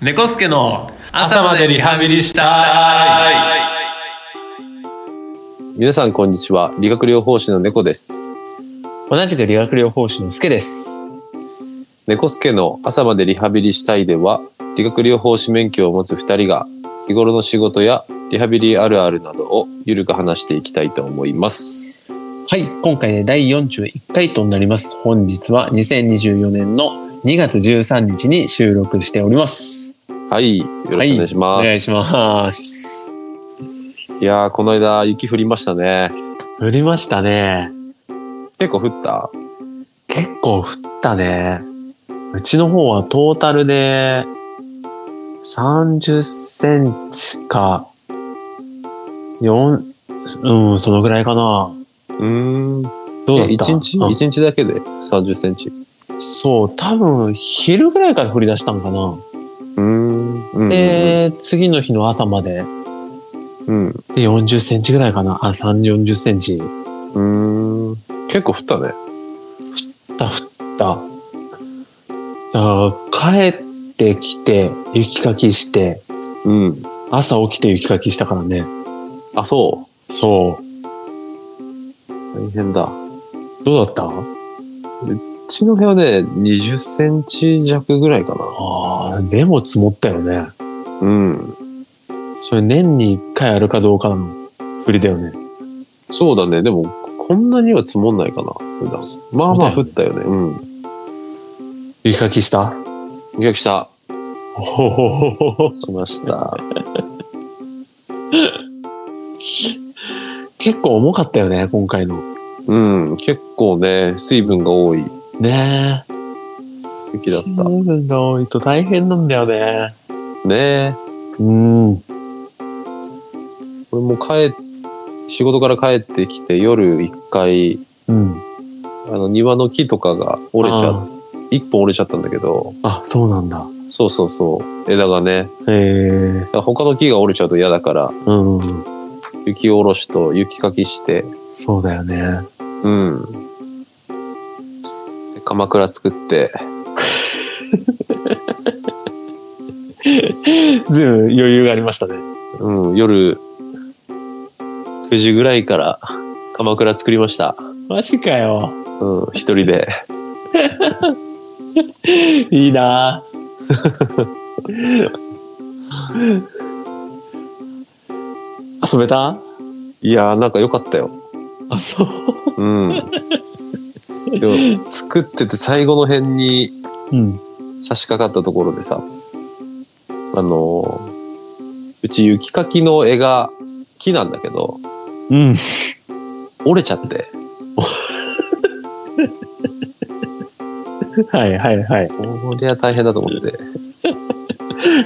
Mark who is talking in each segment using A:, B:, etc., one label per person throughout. A: 猫助の朝までリハビリしたい
B: 皆さんこんにちは理学療法士の猫です
C: 同じく理学療法士のスケです。
B: 猫助の朝までリハビリしたいでは理学療法士免許を持つ2人が日頃の仕事やリハビリあるあるなどをゆるく話していきたいと思います
C: はい、今回で第41回となります。本日は2024年の2月13日に収録しております。
B: はいよろしくお願いします、
C: お願いします。
B: いやーこの間雪降りましたね
C: 降りましたね。
B: 結構降った
C: 結構降ったね。うちの方はトータルで30センチか4、うん、そのぐらいかな。
B: うーん
C: どうだった
B: え一日
C: うん
B: 一日だけで3 0センチ
C: そう、多分昼ぐらいから降り出したんかな。
B: うーんうん
C: で、次の日の朝まで、
B: うん
C: で40センチぐらいかな。あ、3、40センチ。
B: うんうーん結構降ったね
C: 降った、降った。だから、帰ってきて、雪かきして、
B: うん
C: 朝起きて雪かきしたからね。
B: あそ
C: そう
B: 大変だ
C: う。どうだった
B: うちの部屋ね、20センチ弱ぐらいか
C: ああ、でも積もったよね。
B: な。うん。
C: それ年に一回あるかどうかの振りだよね。
B: そうだね。でも、こんなには積もんないかな、普段。まあまあ降
C: そうだよね
B: ったよね。うん。
C: 雪かきした
B: お客さ
C: ほほほほほ
B: ん、来ました。
C: 結構重かったよね、今回の。
B: うん。結構ね、水分が多い
C: ねえ。
B: 雪だっ
C: 水分が多いと大変なんだよね。
B: た。ね
C: うん。
B: え。俺も帰、仕事から帰ってきて、夜一回、
C: うん。
B: あの、庭の木とかが折れちゃ
C: あ
B: う。一本折れちゃったんだけど、
C: あ、そうなんだ。
B: そうそうそう。枝がね、
C: へえ。
B: 他の木が折れちゃうと嫌だから、
C: うん。
B: 雪下ろしと雪かきして、
C: そうだよね。
B: うん。で鎌倉作って、
C: ずいぶん余裕がありましたね。
B: うん、夜9時ぐらいから鎌倉作りました。
C: マジかよ。
B: うん、一人で。
C: いいなぁ遊べた
B: いやー、なんか良かったよ。
C: あ、そう。
B: うん。でも作ってて最後の辺に
C: うん。
B: 差し掛かったところでさ、あのーうち雪かきの絵が木なんだけど、
C: うん。
B: 折れちゃって、
C: はいはいはい。
B: こりゃ大変だと思って。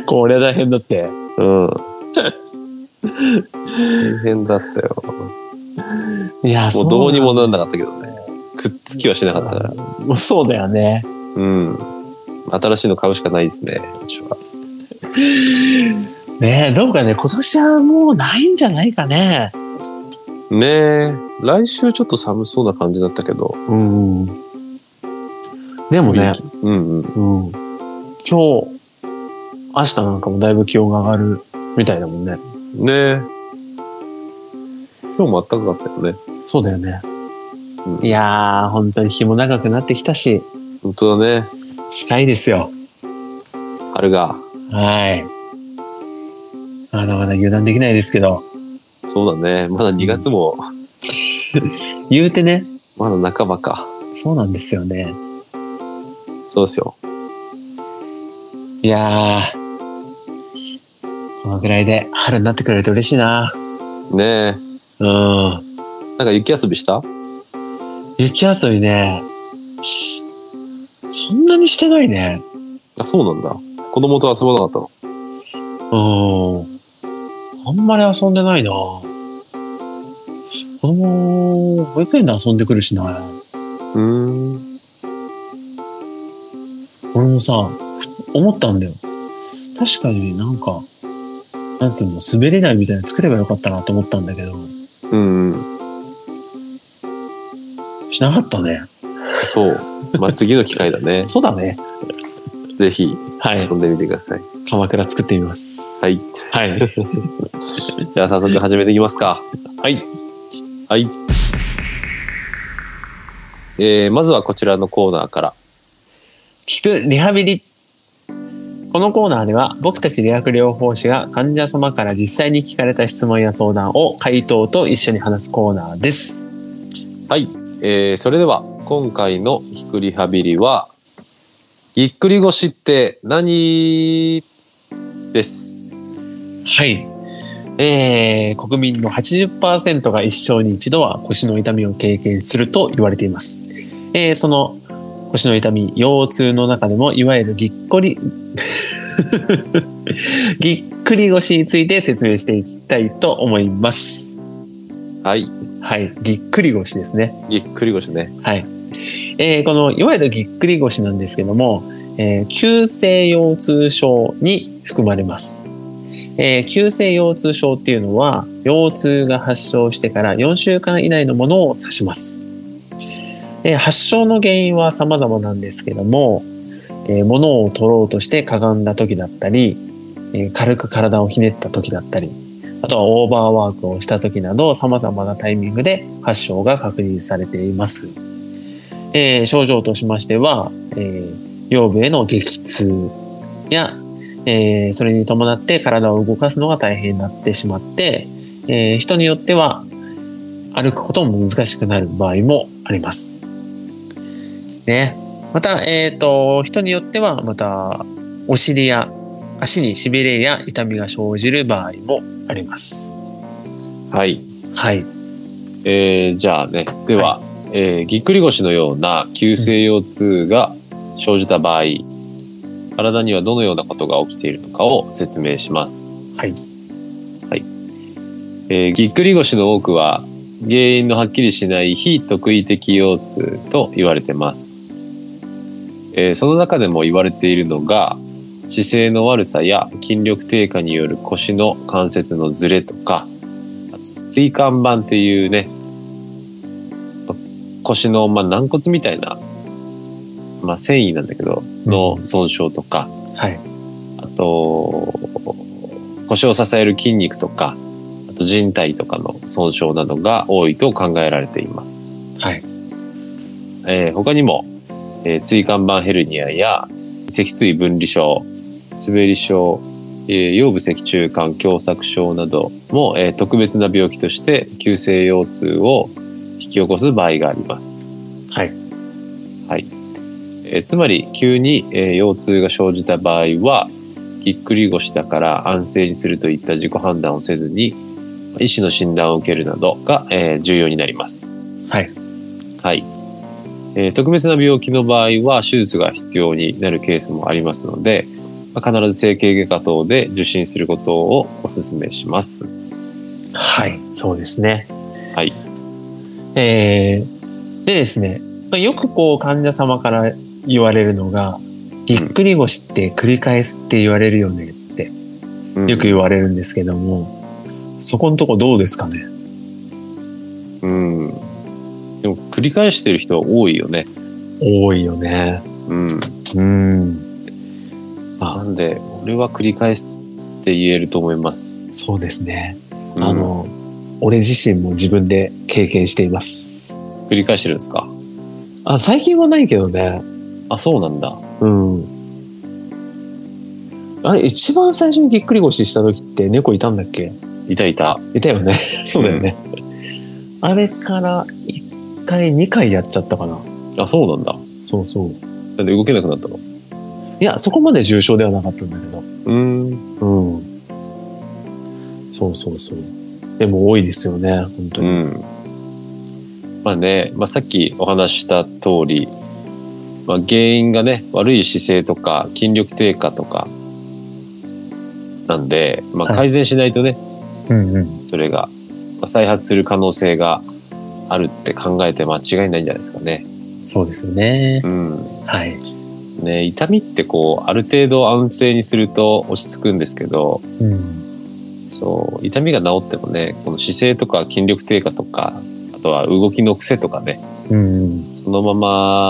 C: これ大変だって。
B: うん。大変だったよ。
C: いや、
B: も
C: そうう
B: どうにもなんなかったけどね。くっつきはしなかったから。
C: もうそうだよね。
B: うん。新しいの買うしかないですね。うちは
C: ねえ、どうかね、今年はもうないんじゃないかね。
B: ねえ。来週ちょっと寒そうな感じだったけど。
C: うん。でもね、
B: うんうん。
C: うん。今日、明日なんかもだいぶ気温が上がるみたいだもんね。
B: ねえ。今日も暖かかったよね。
C: そうだよね。
B: うん
C: いやー、本当に日も長くなってきたし、
B: 本当だね。
C: 近いですよ。
B: 春が。
C: はい。まだまだ油断できないですけど、
B: そうだね。まだ2月も、
C: 言うてね、
B: まだ半ばか。
C: そうなんですよね。
B: そうですよ。
C: いやー、このぐらいで春になってくれると嬉しいな。
B: ね
C: うん。
B: え。なんか雪遊びした
C: 雪遊びね、そんなにしてないね。
B: あ、そうなんだ。子供と遊ばなかったの。
C: うん。あんまり遊んでないな子供、保育園で遊んでくるしな
B: うーん。
C: 俺もさ、ふ思ったんだよ。確かになんか、なんつうの、滑り台みたいなの作ればよかったなと思ったんだけど、
B: うんうん。
C: しなかったね。
B: そう。まあ、次の機会だね。
C: そうだね。
B: ぜひ。
C: はい
B: 遊。んでみてください。
C: 鎌倉作ってみます。
B: はい。
C: はい。
B: じゃあ早速始めていきますか。
C: はい。
B: はい。えー、まずはこちらのコーナーから。
C: 聞くリハビリこのコーナーでは僕たち理学療法士が患者様から実際に聞かれた質問や相談を回答と一緒に話すコーナーです。
B: はい。えー、それでは今回のひくりはびりは、ぎっくり腰って何です。
C: はい。えー、国民の80%が一生に一度は腰の痛みを経験すると言われています。えー、その腰の痛み、腰痛の中でもいわゆるぎっこり、 ぎっくり腰について説明していきたいと思います。
B: はい。
C: はい。ぎっくり腰ですね。
B: ぎっくり腰ね。
C: はい。えーこの、いわゆるぎっくり腰なんですけども、えー急性腰痛症に含まれます。えー急性腰痛症っていうのは、腰痛が発症してから4週間以内のものを指します。えー発症の原因は様々なんですけども、えー物を取ろうとしてかがんだ時だったり、えー軽く体をひねった時だったり、あとはオーバーワークをした時など様々なタイミングで発症が確認されています。えー症状としましては、えー腰部への激痛や、えーそれに伴って体を動かすのが大変になってしまって、えー人によっては歩くことも難しくなる場合もあります。ですね。また、えっ、と、人によっては、また、お尻や足に痺れや痛みが生じる場合もあります。
B: はい。
C: はい。
B: えーじゃあね、では、えーぎっくり腰のような急性腰痛が生じた場合、体にはどのようなことが起きているのかを説明します。
C: はい。
B: はい。えーぎっくり腰の多くは、原因のはっきりしない非特異的腰痛と言われてます。えーその中でも言われているのが、姿勢の悪さや筋力低下による腰の関節のズレとか、椎間板っていうね腰の、まあ、軟骨みたいな、まあ、繊維なんだけどの損傷とか、
C: はい。
B: あと腰を支える筋肉とかあと人体とかの損傷などが多いと考えられています。
C: はい。
B: えー他にも、えー椎間板ヘルニアや脊椎分離症滑り症、えー腰部脊柱管狭窄症なども、えー特別な病気として急性腰痛を引き起こす場合があります。
C: はい。
B: はいえーつまり急に、えー腰痛が生じた場合はぎっくり腰だから安静にするといった自己判断をせずに医師の診断を受けるなどが、えー重要になります。
C: はい。
B: はいえー特別な病気の場合は手術が必要になるケースもありますので、まあ必ず整形外科等で受診することをお勧めします。
C: はい、そうですね。
B: はい。
C: えー、でですね、まあ、よくこう患者様から言われるのが、ぎっくり腰って繰り返すって言われるよねって
B: うん
C: よく言われるんですけども、そこのとこどうですかね
B: うん。でも繰り返してる人は多いよね。
C: 多いよね。
B: うん。
C: うん。
B: な
C: あ、
B: んで、俺は繰り返すって言えると思います。
C: そうですね。
B: うん
C: あ、の、俺自身も自分で経験しています。
B: 繰り返してるんですか
C: あ、最近はないけどね。
B: あ、そうなんだ。
C: うん。あれ、一番最初にぎっくり腰した時って猫いたんだっけ
B: いたいた。
C: いたよね。そうだよね。あれから1回、2回やっちゃったかな。
B: あ、そうなんだ。
C: そうそう。
B: なんで動けなくなったの
C: いや、そこまで重症ではなかったんだけ
B: うん。
C: ど。うん。そうそうそう。でも多いですよね、本当
B: う
C: に。
B: ん。まあね、まあ、さっきお話しした通り、まあ、原因がね、悪い姿勢とか筋力低下とか、なんで、まあ、
C: はい
B: 改善しないとね、
C: うんうん。
B: それが、まあ再発する可能性があるって考えて間違いないんじゃないですかね。
C: そうですよね。
B: うん。
C: はい。
B: ね痛みってこう、ある程度安静にすると落ち着くんですけど、
C: うん。
B: そう、痛みが治ってもね、この姿勢とか筋力低下とか、あとは動きの癖とかね、
C: うん。
B: そのま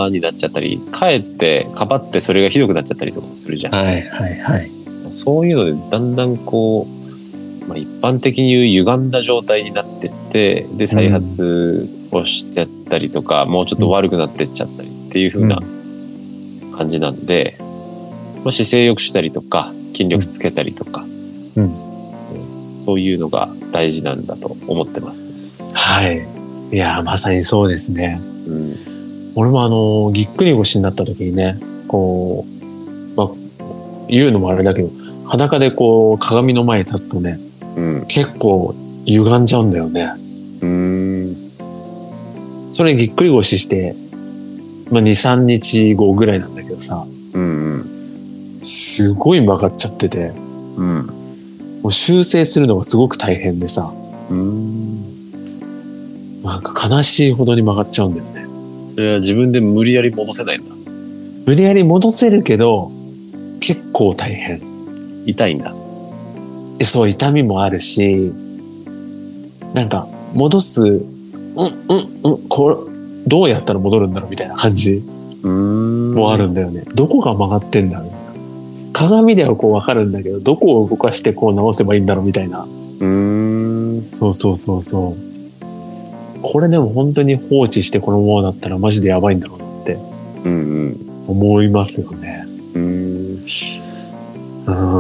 B: まになっちゃったり、かえってかばってそれがひどくなっちゃったりとかもするじゃん。
C: はいはいはい。
B: そういうのでだんだんこう、まあ、一般的に言う歪んだ状態になってってで再発をしちゃったりとか、もうちょっと悪くなってっちゃったりっていう風な感じなんで、まあ、姿勢良くしたりとか筋力つけたりとか、
C: うん
B: そういうのが大事なんだと思ってます。
C: はい。いやー、まさにそうですね。
B: うん
C: 俺もあの、ぎっくり腰になった時にね、こう、まあ、言うのもあれだけど、裸でこう、鏡の前に立つとね、
B: うん
C: 結構歪んじゃうんだよね。
B: うん
C: それぎっくり腰して、まあ、2、3日後ぐらいなんだけどさ、
B: うん
C: すごい曲がっちゃってて、
B: うん
C: もう修正するのがすごく大変でさ、
B: うん
C: なんか悲しいほどに曲がっちゃうんだよね。
B: それは自分で無理やり戻せないんだ
C: 無理やり戻せるけど、結構大変。
B: 痛いんだ
C: でそう、痛みもあるし、なんか、戻す、うん、うん、うん、これ、どうやったら戻るんだろうみたいな感じ
B: うん
C: もあるんだよね。どこが曲がってんだろう鏡ではこうわかるんだけど、どこを動かしてこう直せばいいんだろうみたいな。
B: うん
C: そうそうそうそう。これでも本当に放置してこのままだったらマジでやばいんだろうなって
B: うん
C: 思いますよね。
B: うん。
C: うん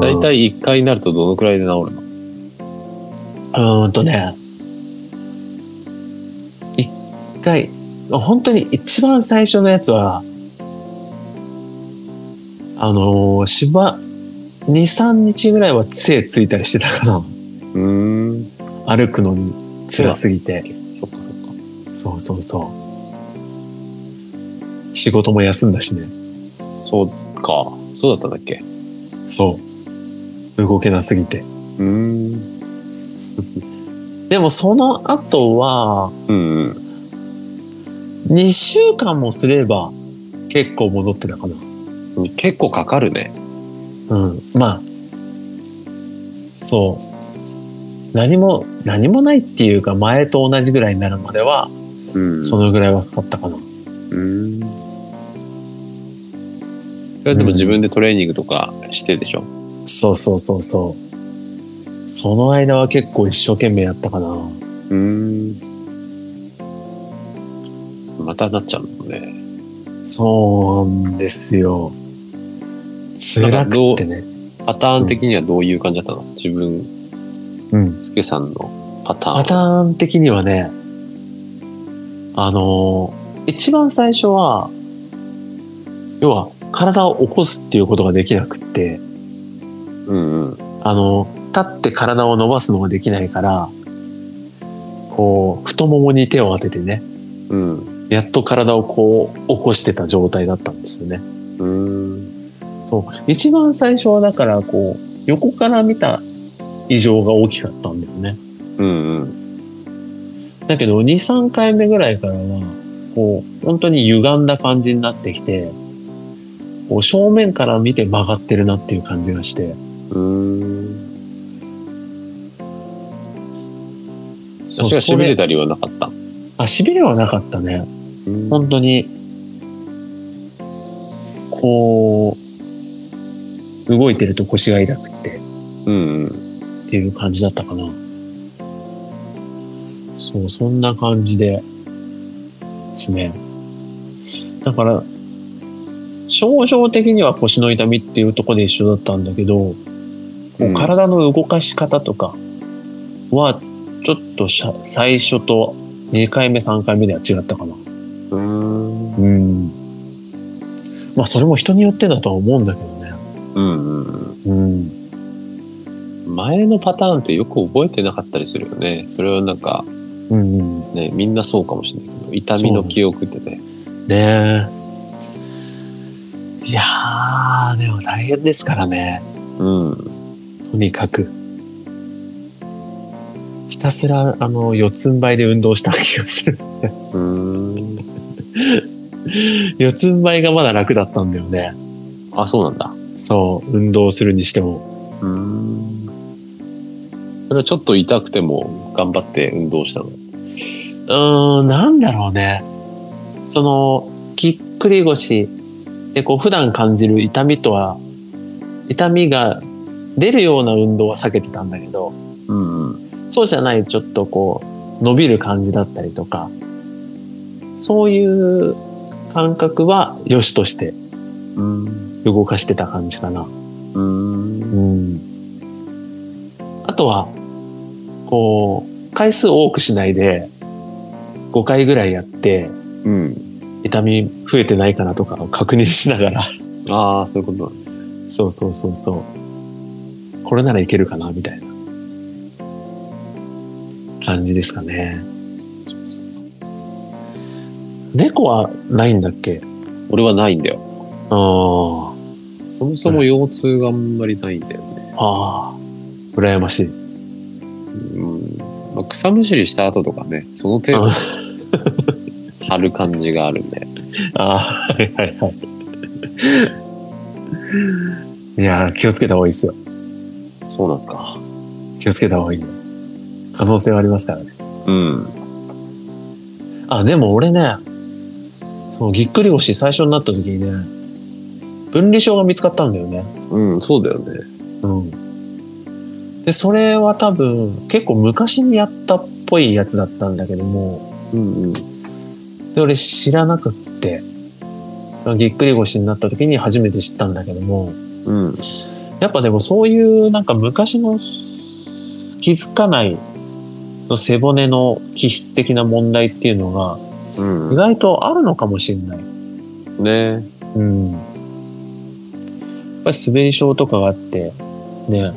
B: 大体1回になるとどのくらいで治るの
C: うーんとね、一回、あ本当に一番最初のやつは、あのー、しば、二、三日ぐらいは杖ついたりしてたか
B: うん。
C: な。 歩くのに辛すぎて。
B: そっかそっか。
C: そうそうそう。仕事も休んだしね。
B: そうか。そうだったんだっけ
C: そう。動けなすぎて。
B: うん。
C: でもその後は、
B: うんうん。
C: 2週間もすれば結構戻ってたかな。
B: 結構かかるね。
C: うん、まあ、そう。何も、何もないっていうか、前と同じぐらいになるまでは、
B: うん
C: そのぐらいはかかったかな。
B: うん。それはでも自分でトレーニングとかしてでしょ。
C: そうそうそうそう。その間は結構一生懸命やったかな。
B: うん。またなっちゃうのね。
C: そうなんですよ。辛くってね。
B: パターン的にはどういう感じだったの自分、
C: うん。
B: スケさんのパターン。
C: パターン的にはね、あのー一番最初は、要は、体を起こすっていうことができなくって、
B: うんうん。
C: あの、立って体を伸ばすのができないから、こう、太ももに手を当ててね、
B: うん。
C: やっと体をこう、起こしてた状態だったんですよね。
B: うん。
C: そう。一番最初はだから、こう、横から見た異常が大きかったんだよね。
B: うんうん。
C: だけど、2、3回目ぐらいからは、こう、本当に歪んだ感じになってきて、こう正面から見て曲がってるなっていう感じがして、
B: うん。
C: そ
B: 足が
C: そ
B: 痺れ
C: れ
B: たりはなかった。
C: あ、痺れはなかったね。本当に、こう、動いてると腰が痛くって
B: うんうん。
C: っていう感じだったかな。そう、そんな感じで、ですね。だから、症状的には腰の痛みっていうところで一緒だったんだけど、こ
B: う
C: うん体の動かし方とかは、ちょっとしゃ最初と2回目、3回目では違ったかな。
B: うん。
C: うん。まあ、それも人によってだとは思うんだけどね。
B: うんうん
C: うん。
B: うん。前のパターンってよく覚えてなかったりするよね。それはなんか、
C: うん、うん。
B: ね、みんなそうかもしれないけど、痛みの記憶ってね。
C: ねえ。いやー、でも大変ですからね。
B: うん。
C: とにかく。ひたすら、あの、四つん這いで運動した気がする。
B: うん。
C: 四つん這いがまだ楽だったんだよね。
B: あ、そうなんだ。
C: そう、運動するにしても。
B: うん。それはちょっと痛くても頑張って運動したの。
C: うーん、なんだろうね。その、ぎっくり腰で、こう、普段感じる痛みとは、痛みが出るような運動は避けてたんだけど、
B: うんうん。
C: そうじゃない、ちょっとこう、伸びる感じだったりとか、そういう感覚は良しとして
B: うん。
C: 動かしてた感じかな。
B: うん。
C: うん。あとは、こう、回数多くしないで、5回ぐらいやって、
B: うん。
C: 痛み増えてないかなとかを確認しながら、
B: ああ、そういうことなんだ
C: そうそうそうそう。これならいけるかな、みたいな。感じですかね。猫はないんだっけ
B: 俺はないんだよ。
C: ああ、
B: そもそも腰痛があんまりないんだよね。
C: ああ、羨ましい。
B: うん。まあ、草むしりした後とかね、その程度
C: あ
B: 張る感じがあるんで。
C: ああ、 はいはいはい。いやー、気をつけた方がいいですよ。
B: そうなんすか。
C: 気をつけた方がいいよ。可能性はありますからね。
B: うん。
C: あ、でも俺ね、そう、ぎっくり腰最初になった時にね、分離症が見つかったんだよね。
B: うん、そうだよね。
C: うん。で、それは多分、結構昔にやったっぽいやつだったんだけども、
B: うんうん。
C: で、俺知らなくって、そのぎっくり腰になった時に初めて知ったんだけども、
B: うん。
C: やっぱでもそういうなんか昔の気づかないその背骨の気質的な問題っていうのが
B: う
C: 意外とあるのかもしれない。
B: ん。ね
C: うん。やっぱり滑り症とかがあって、ね、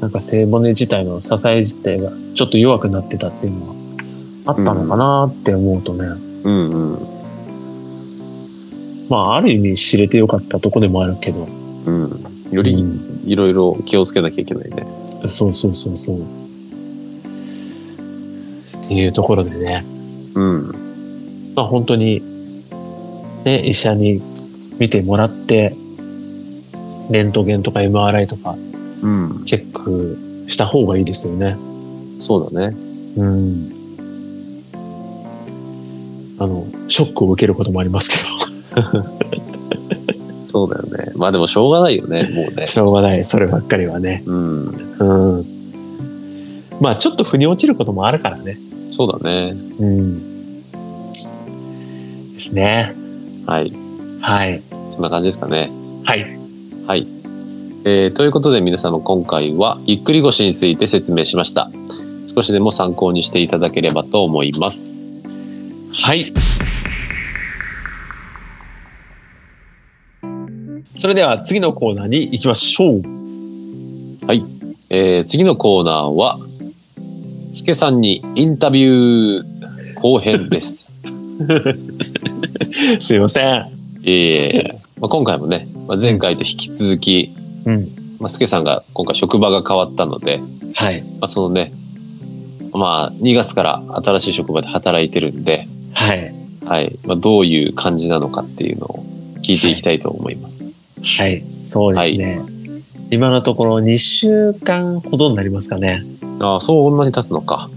C: なんか背骨自体の支え自体がちょっと弱くなってたっていうのはあったのかなって思うとね、
B: うんうん。
C: まあある意味知れてよかったとこでもあるけど。
B: うん。よ
C: よ
B: りいろいろ気をつけなきゃいけないね。
C: そうそうそうそう。っていうところでね。
B: うん。
C: まあ本当に、ね、医者に見てもらって、レントゲンとか MRI とか
B: うん。
C: チェックした方がいいですよね。
B: そうだね。
C: うん。あの、ショックを受けることもありますけ
B: そうだよね。まあでもしょうがないよね、もうね
C: ど、。しょうがない、そればっかりはね。
B: うん。
C: うん。まあちょっと腑に落ちることもあるからね。
B: そうだね。
C: うん。ですね。
B: はい。
C: はい。
B: そんな感じですかね。
C: はい。
B: はい。えーということで皆様今回はぎっくり腰について説明しました。少しでも参考にしていただければと思います。
C: はい。それでは次のコーナーに行きましょう。
B: えー次のコーナーは、すけさんにインタビュー後編です。
C: すいません。
B: えーまあ、今回もね、まあ、前回と引き続き、
C: うん。
B: まあ、すけさんが今回職場が変わったので、
C: はい。
B: まあ、そのね、まあ、2月から新しい職場で働いてるんで、
C: はい。
B: はいまあ、どういう感じなのかっていうのを聞いていきたいと思います。
C: はい。そうですね。今のところ2週間ほどになりますかね。
B: ああ、そう女に立つのか。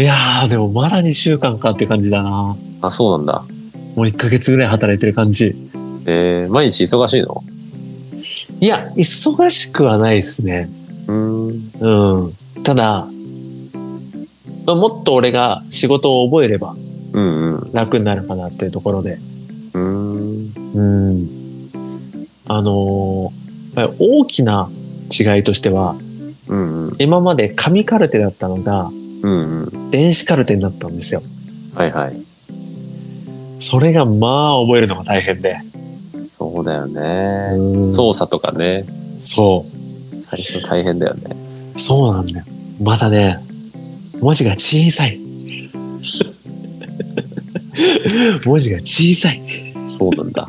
C: いやー、でもまだ2週間かって感じだな。
B: あ、そうなんだ。
C: もう1ヶ月ぐらい働いてる感じ。
B: えー、毎日忙しいの
C: いや、忙しくはないですね。
B: うーん。
C: うん。ただ、まあもっと俺が仕事を覚えれば
B: うんうん。
C: 楽になるかなっていうところで。
B: うーん。
C: うん。あのーやっぱり大きな違いとしては、
B: うんうん。
C: 今まで紙カルテだったのが、
B: うんうん。
C: 電子カルテになったんですよ。
B: はいはい。
C: それがまあ覚えるのが大変で。
B: そうだよね。
C: うん
B: 操作とかね、
C: そ
B: 最初大変だよね。
C: う。そうなんだよ。またね、文字が小さ い。文字が小さい。
B: そうなん だ。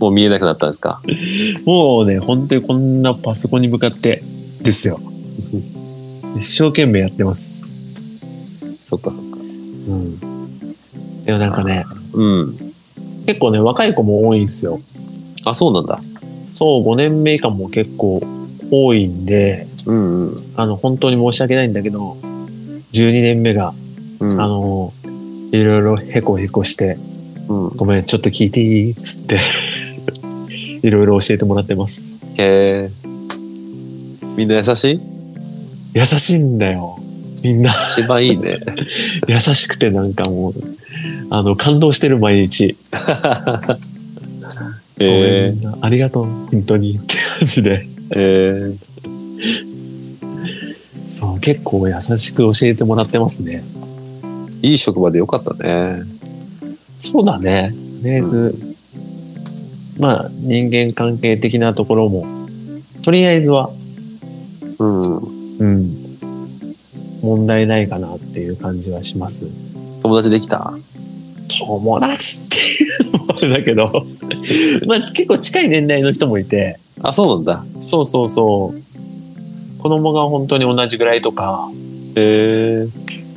B: もう見えなくなったんですか。
C: もうね、本当にこんなパソコンに向かってですよ。一生懸命やってます。
B: そっかそっか。
C: うん。でもなんかね、
B: うん。
C: 結構ね、若い子も多いんですよ。
B: あ、そうなんだ。
C: そう、5年目以下も結構多いんで、
B: うんうん。
C: あの、本当に申し訳ないんだけど、12年目が、
B: うん、
C: あの、いろいろヘコヘコして、
B: うん。
C: ごめん、ちょっと聞いていいつっ て、いろいろ教えてもらってます。
B: へえ。みんな優 しい
C: 優しいんだよ。みんな
B: 一番いいね。
C: 優しくてなんかもう、あの、感動してる毎日。ごめん
B: へ
C: みんなありがとう、本当に。って感じで。
B: え。へえ。
C: そう、結構優しく教えてもらってますね。
B: いい職場でよかったね。
C: そうだね。とりあえず、まあ、人間関係的なところも、とりあえずは、
B: うん。
C: うん、問題ないかなっていう感じはします。
B: 友達できた
C: 友達っていうのもあれだけど、 まあ結構近い年代の人もいて、
B: あ、そうなん
C: そうそうそう、子供が本当に同じぐらいとか
B: だ。へえ。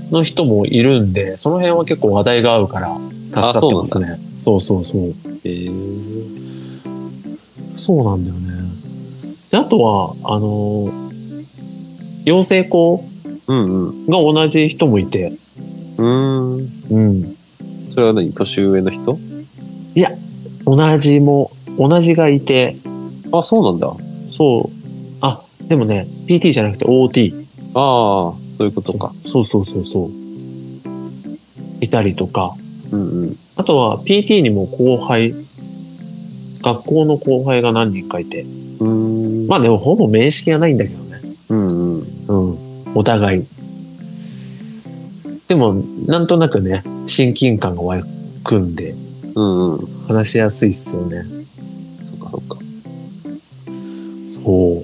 C: の人もいるんで、その辺は結構話題が合うから助かってますね。そうそうそう。
B: へえ。
C: そうなんだよね。であとは、あのー、養成校
B: うんうん。
C: が同じ人もいて、
B: うー
C: う
B: ん。
C: ん。
B: それは何年上の人
C: 同じも、同じがいて、
B: あ、そうなんだ。
C: そう。あ、でもね、PT じゃなくて OT。
B: ああ、そういうことか。
C: そうそうそうそう。いたりとか、
B: うんうん。
C: あとは PT にも後輩、学校の後輩が何人かいて、
B: うーん。
C: まあでもほぼ面識がないんだけどね。
B: うんう
C: う
B: ん。
C: ん。お互い。でも、なんとなくね、親近感が湧くんで、
B: うんうん。
C: 話しやすいっすよね。
B: そっかそっか。
C: そう。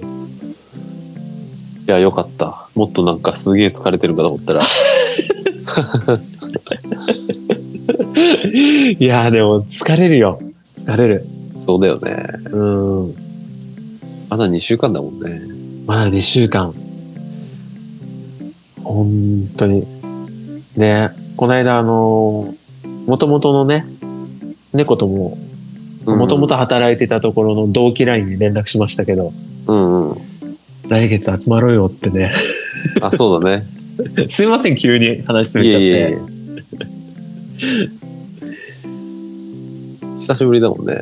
B: いや、よかった。もっとなんかすげえ疲れてるかと思った ら。
C: いやーでも、疲れるよ。疲れる。
B: そうだよね。
C: うん。
B: まだ2週間だもんね。
C: まだ2週間。ほんとに。ね、こないだあのー、もともとのね、猫とも、もともと働いてたところの同期ラインに連絡しましたけど、
B: うんうん。
C: 来月集まろうよってね。
B: あ、そうだね。
C: すいません、急に話し
B: い
C: れちゃっ
B: え
C: て。
B: いえいえ。久しぶりだもんね。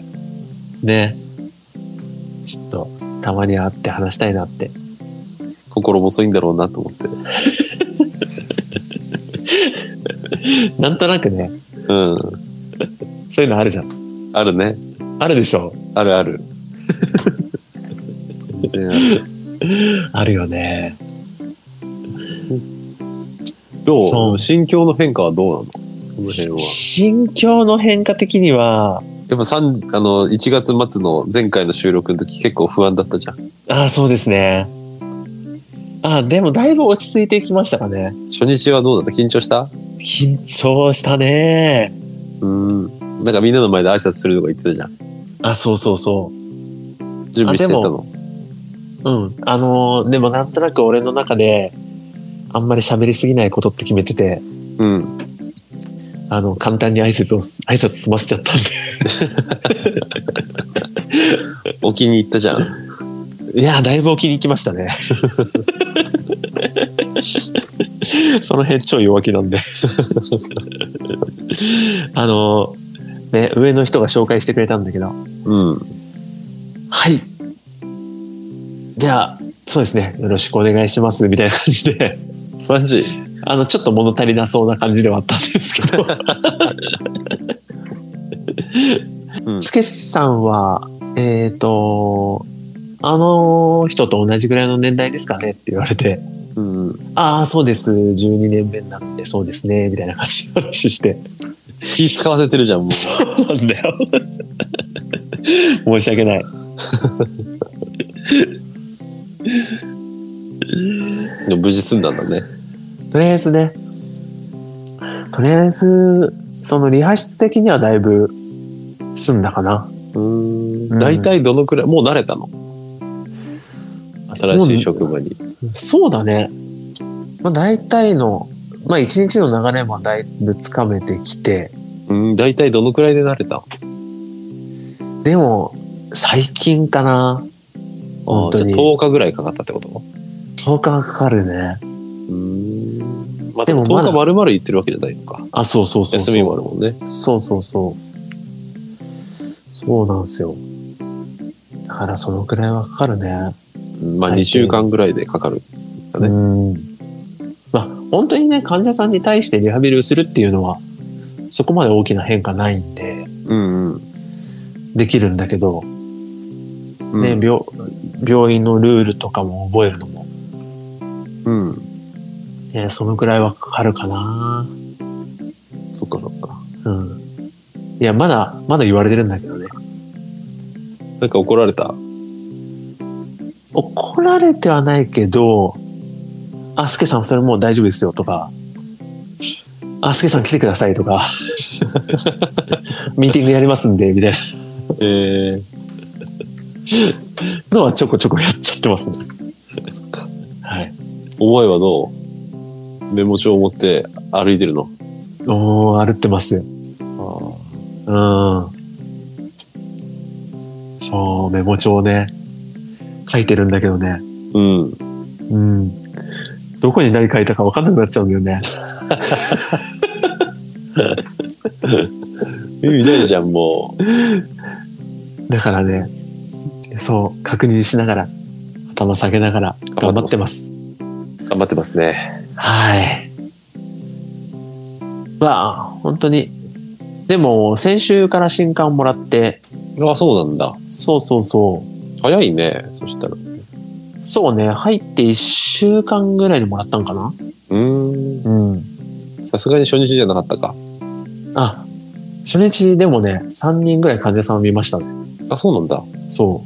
C: ね。ちょっと、たまに会って話したいなって。
B: 心細いんだろうなと思って。
C: なんとなくね、
B: う
C: そういうのあるじゃん。
B: ん。あるね。
C: あるでしょ
B: あるある。全然ある
C: あるよね。
B: ど
C: そうう
B: 心境の変化はどうなのその辺は。
C: 心境の変化的には、
B: やっぱ三あの、1月末の前回の収録の時結構不安だったじゃん。
C: ああ、そうですね。ああ、でもだいぶ落ち着いてきましたかね。
B: 初日はどうだった緊張した
C: 緊張したね。
B: うん。なんかみんなの前で挨拶するとか言ってたじゃん。
C: あ、そうそうそう。
B: 準備してた
C: あで
B: の。
C: うん。あのーでもなんとなく俺の中で、あんまり喋りすぎないことって決めてて、
B: うん。
C: あの、簡単に挨拶をす、挨拶済ませちゃったんで。
B: お気に入ったじゃん。
C: いや、だいぶお気に入りましたね。 その辺超弱気なんで。 あの、ね、上の人が紹介してくれたんだけど、
B: うん。
C: はい。じゃあ、そうですね、よろしくお願いします、みたいな感じで、
B: マジ
C: あの、ちょっと物足りなそうな感じではあったんですけど。
B: うん
C: スケさんは、えっ、と、あの人と同じぐらいの年代ですかねって言われて、
B: うん。
C: ああ、そうです。12年目なんで、そうですね。みたいな感じの話して。
B: 気使わせてるじゃん、もう。
C: そうなんだよ。 申し訳ない。
B: でも無事済んだんだね。
C: とりあえずね、とりあえず、そのリハ室的にはだいぶ済んだかな。
B: うん。大体どのくらい、もう慣れたの新しい職場に。
C: そうだね。まあ大体の、まあ一日の流れもだいぶつかめてきて、
B: うん。大体どのくらいで慣れたあ
C: でも、最近かな。本
B: あ、
C: 当
B: じゃあ
C: に。
B: 10日ぐらいかかったってこと
C: 10日かかるね。
B: うん。まあで
C: で
B: も
C: もまだ
B: 10日丸々行ってるわけじゃないのか。
C: あ、そうそうそうそう。
B: 休みもあるもんね。
C: そうそうそう。そうなんですよ。だからそのくらいはかかるね。
B: まあ
C: 最低
B: 2週間ぐらいでかかる。だね
C: うん。まあ本当にね、患者さんに対してリハビリをするっていうのは、そこまで大きな変化ないんで、
B: うんうん
C: できるんだけど、
B: うん。
C: ね、病、病院のルールとかも覚えるのも、
B: うん。
C: ね、そのくらいはかかるかな。
B: そっかそっか。
C: うん。いや、まだ、まだ言われてるんだけどね。
B: なんか怒られた。
C: 怒られてはないけど、あ、すけさんそれもう大丈夫ですよとか、あ、すけさん来てくださいと か、ミーティングやりますんで、みたいな
B: ええ。
C: のはちょこちょこやっちゃってますね。
B: そっかそっか。
C: はい。
B: お前はどうメモ帳を持って歩いてるの
C: おー、歩ってます。うん。
B: あ
C: そう、メモ帳ね、書いてるんだけどね。
B: あ。うん。
C: うん。どこに何書いたか分かんなくなっちゃうんだよね。
B: 意味ないじゃん、もう。
C: だからね、そう、確認しながら、頭下げながら、頑張ってます。
B: 頑張ってますね。
C: はい。まあ、本当に。でも、先週から新刊をもらって、
B: あ、そうなんだ。
C: そうそうそ
B: 早いね、そしたら。う
C: う。そうね、入って1週間ぐらいでもらったんかな
B: ーん。
C: うん。
B: さすがに初日じゃなかったか。
C: あ、初日でもね、3人ぐらい患者さんを見ましたね。
B: あ、そうなんだ。
C: そ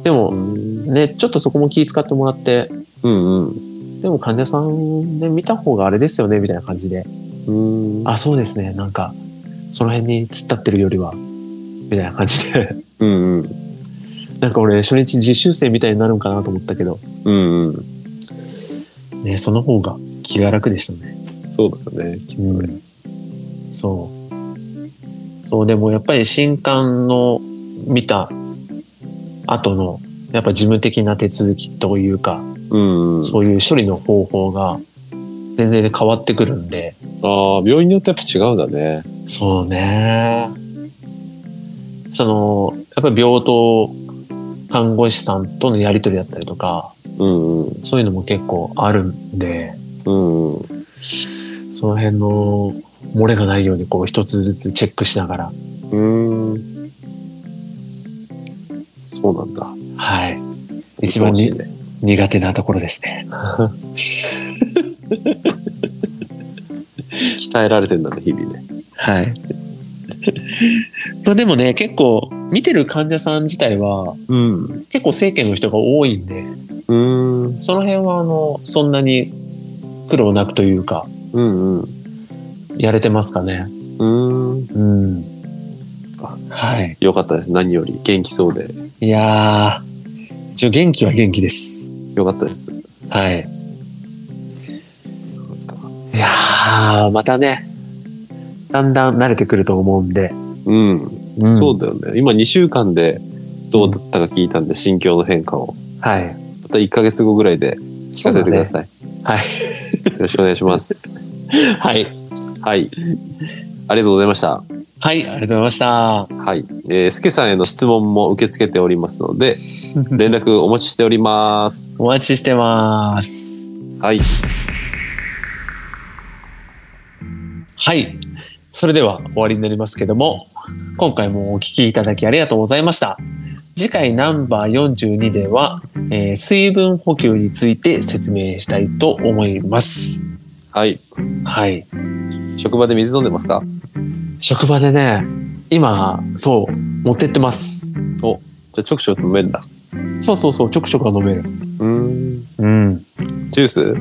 C: う。で
B: う
C: も、
B: ん。
C: ね、ちょっとそこも気遣ってもらって、
B: うんうん。
C: でも患者さんで見た方があれですよね、みたいな感じで。
B: うん。
C: あ、そうですね、なんか、その辺に突っ立ってるよりは、みたいな感じで。
B: うんうん。
C: なんか俺、初日実習生みたいになるんかなと思ったけど、
B: うんうん。
C: ね、その方が気が楽でしたね。
B: そうだよね。
C: うん。そう。そう、でもやっぱり新刊の見た後の、やっぱ事務的な手続きというか、
B: うんうん。
C: そういう処理の方法が全然変わってくるんで、
B: ああ、病院によってやっぱ違うんだね。
C: そうね。その、やっぱり病棟、看護師さんとのやりとりだったりとか、
B: うんうん。
C: そういうのも結構あるんで、
B: うんうん。
C: その辺の漏れがないようにこう一つずつチェックしながら、
B: うーん。そうなんだ。
C: はい。一番に
B: 恐ろしいね
C: 苦手なところですね。
B: 鍛えられてんだね、日々ね。
C: はい。まあでもね、結構見てる患者さん自体は
B: うん。
C: 結構政権の人が多いんで、
B: うーん。
C: その辺はあの、そんなに苦労なくというか、
B: うんうん。
C: やれてますかね。
B: うーん。
C: うん。はい。
B: よかったです。何より元気そうで。
C: いやー、一応元気は元気です。
B: よかったです。
C: はい。
B: そっかそっか。
C: いやー、またね、だんだん慣れてくると思うんで。
B: うん。
C: うん
B: そうだよね。今2週間でどうだったか聞いたんで、心境の変化を。
C: はい。
B: また1ヶ月後ぐらいで聞かせてくだ
C: い。
B: さい。
C: はい。
B: よろしくお願いします。
C: はい。
B: はい。ありがとうございました。
C: はい、ありがとうございました。
B: はい。えー、すけさんへの質問も受け付けておりますの で、連絡お待ちしております。
C: お待ちしてます。
B: はい。
C: はい。それでは終わりになりますけども、今回もお聞きいただきありがとうございました。次回ナンバー42では、えー水分補給について説明したいと思います。
B: はい。
C: はい。
B: 職場で水飲んでますか
C: 職場でね、今、そう、持ってってます。
B: じゃあ、ちょくちょく飲めんだ。
C: そうそうそう、ちょくちょくは飲める。
B: うーん。
C: うん。
B: ジュース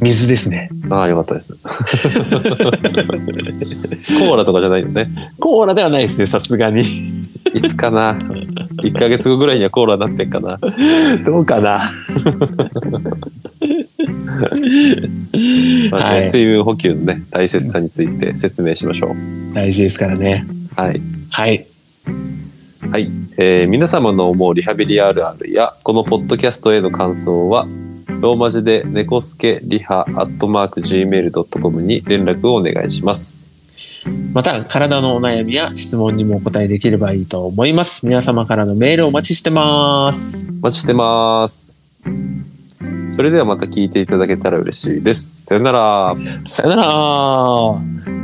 C: 水ですね。
B: ああ、よかった です。コーラとかじゃないのね。
C: コーラではないですね、さすがに。
B: いつかな。1ヶ月後ぐらいにはコーラになってんかな。
C: どうかな。
B: まあね
C: はい
B: 水分補給のね、大切さについて説明しましょう。
C: 大事ですからね。
B: はい。
C: はい。
B: はい、えー皆様の思うリハビリあるあるやこのポッドキャストへの感想はローマ字で「猫助リハ」「アットマーク Gmail.com」に連絡をお願いします
C: また、体のお悩みや質問にもお答えできればいいと思います。皆様からのメールお待ちしてます。
B: お待ちしてます。それではまた聞いていただけたら嬉しいです。さよなら。
C: さよなら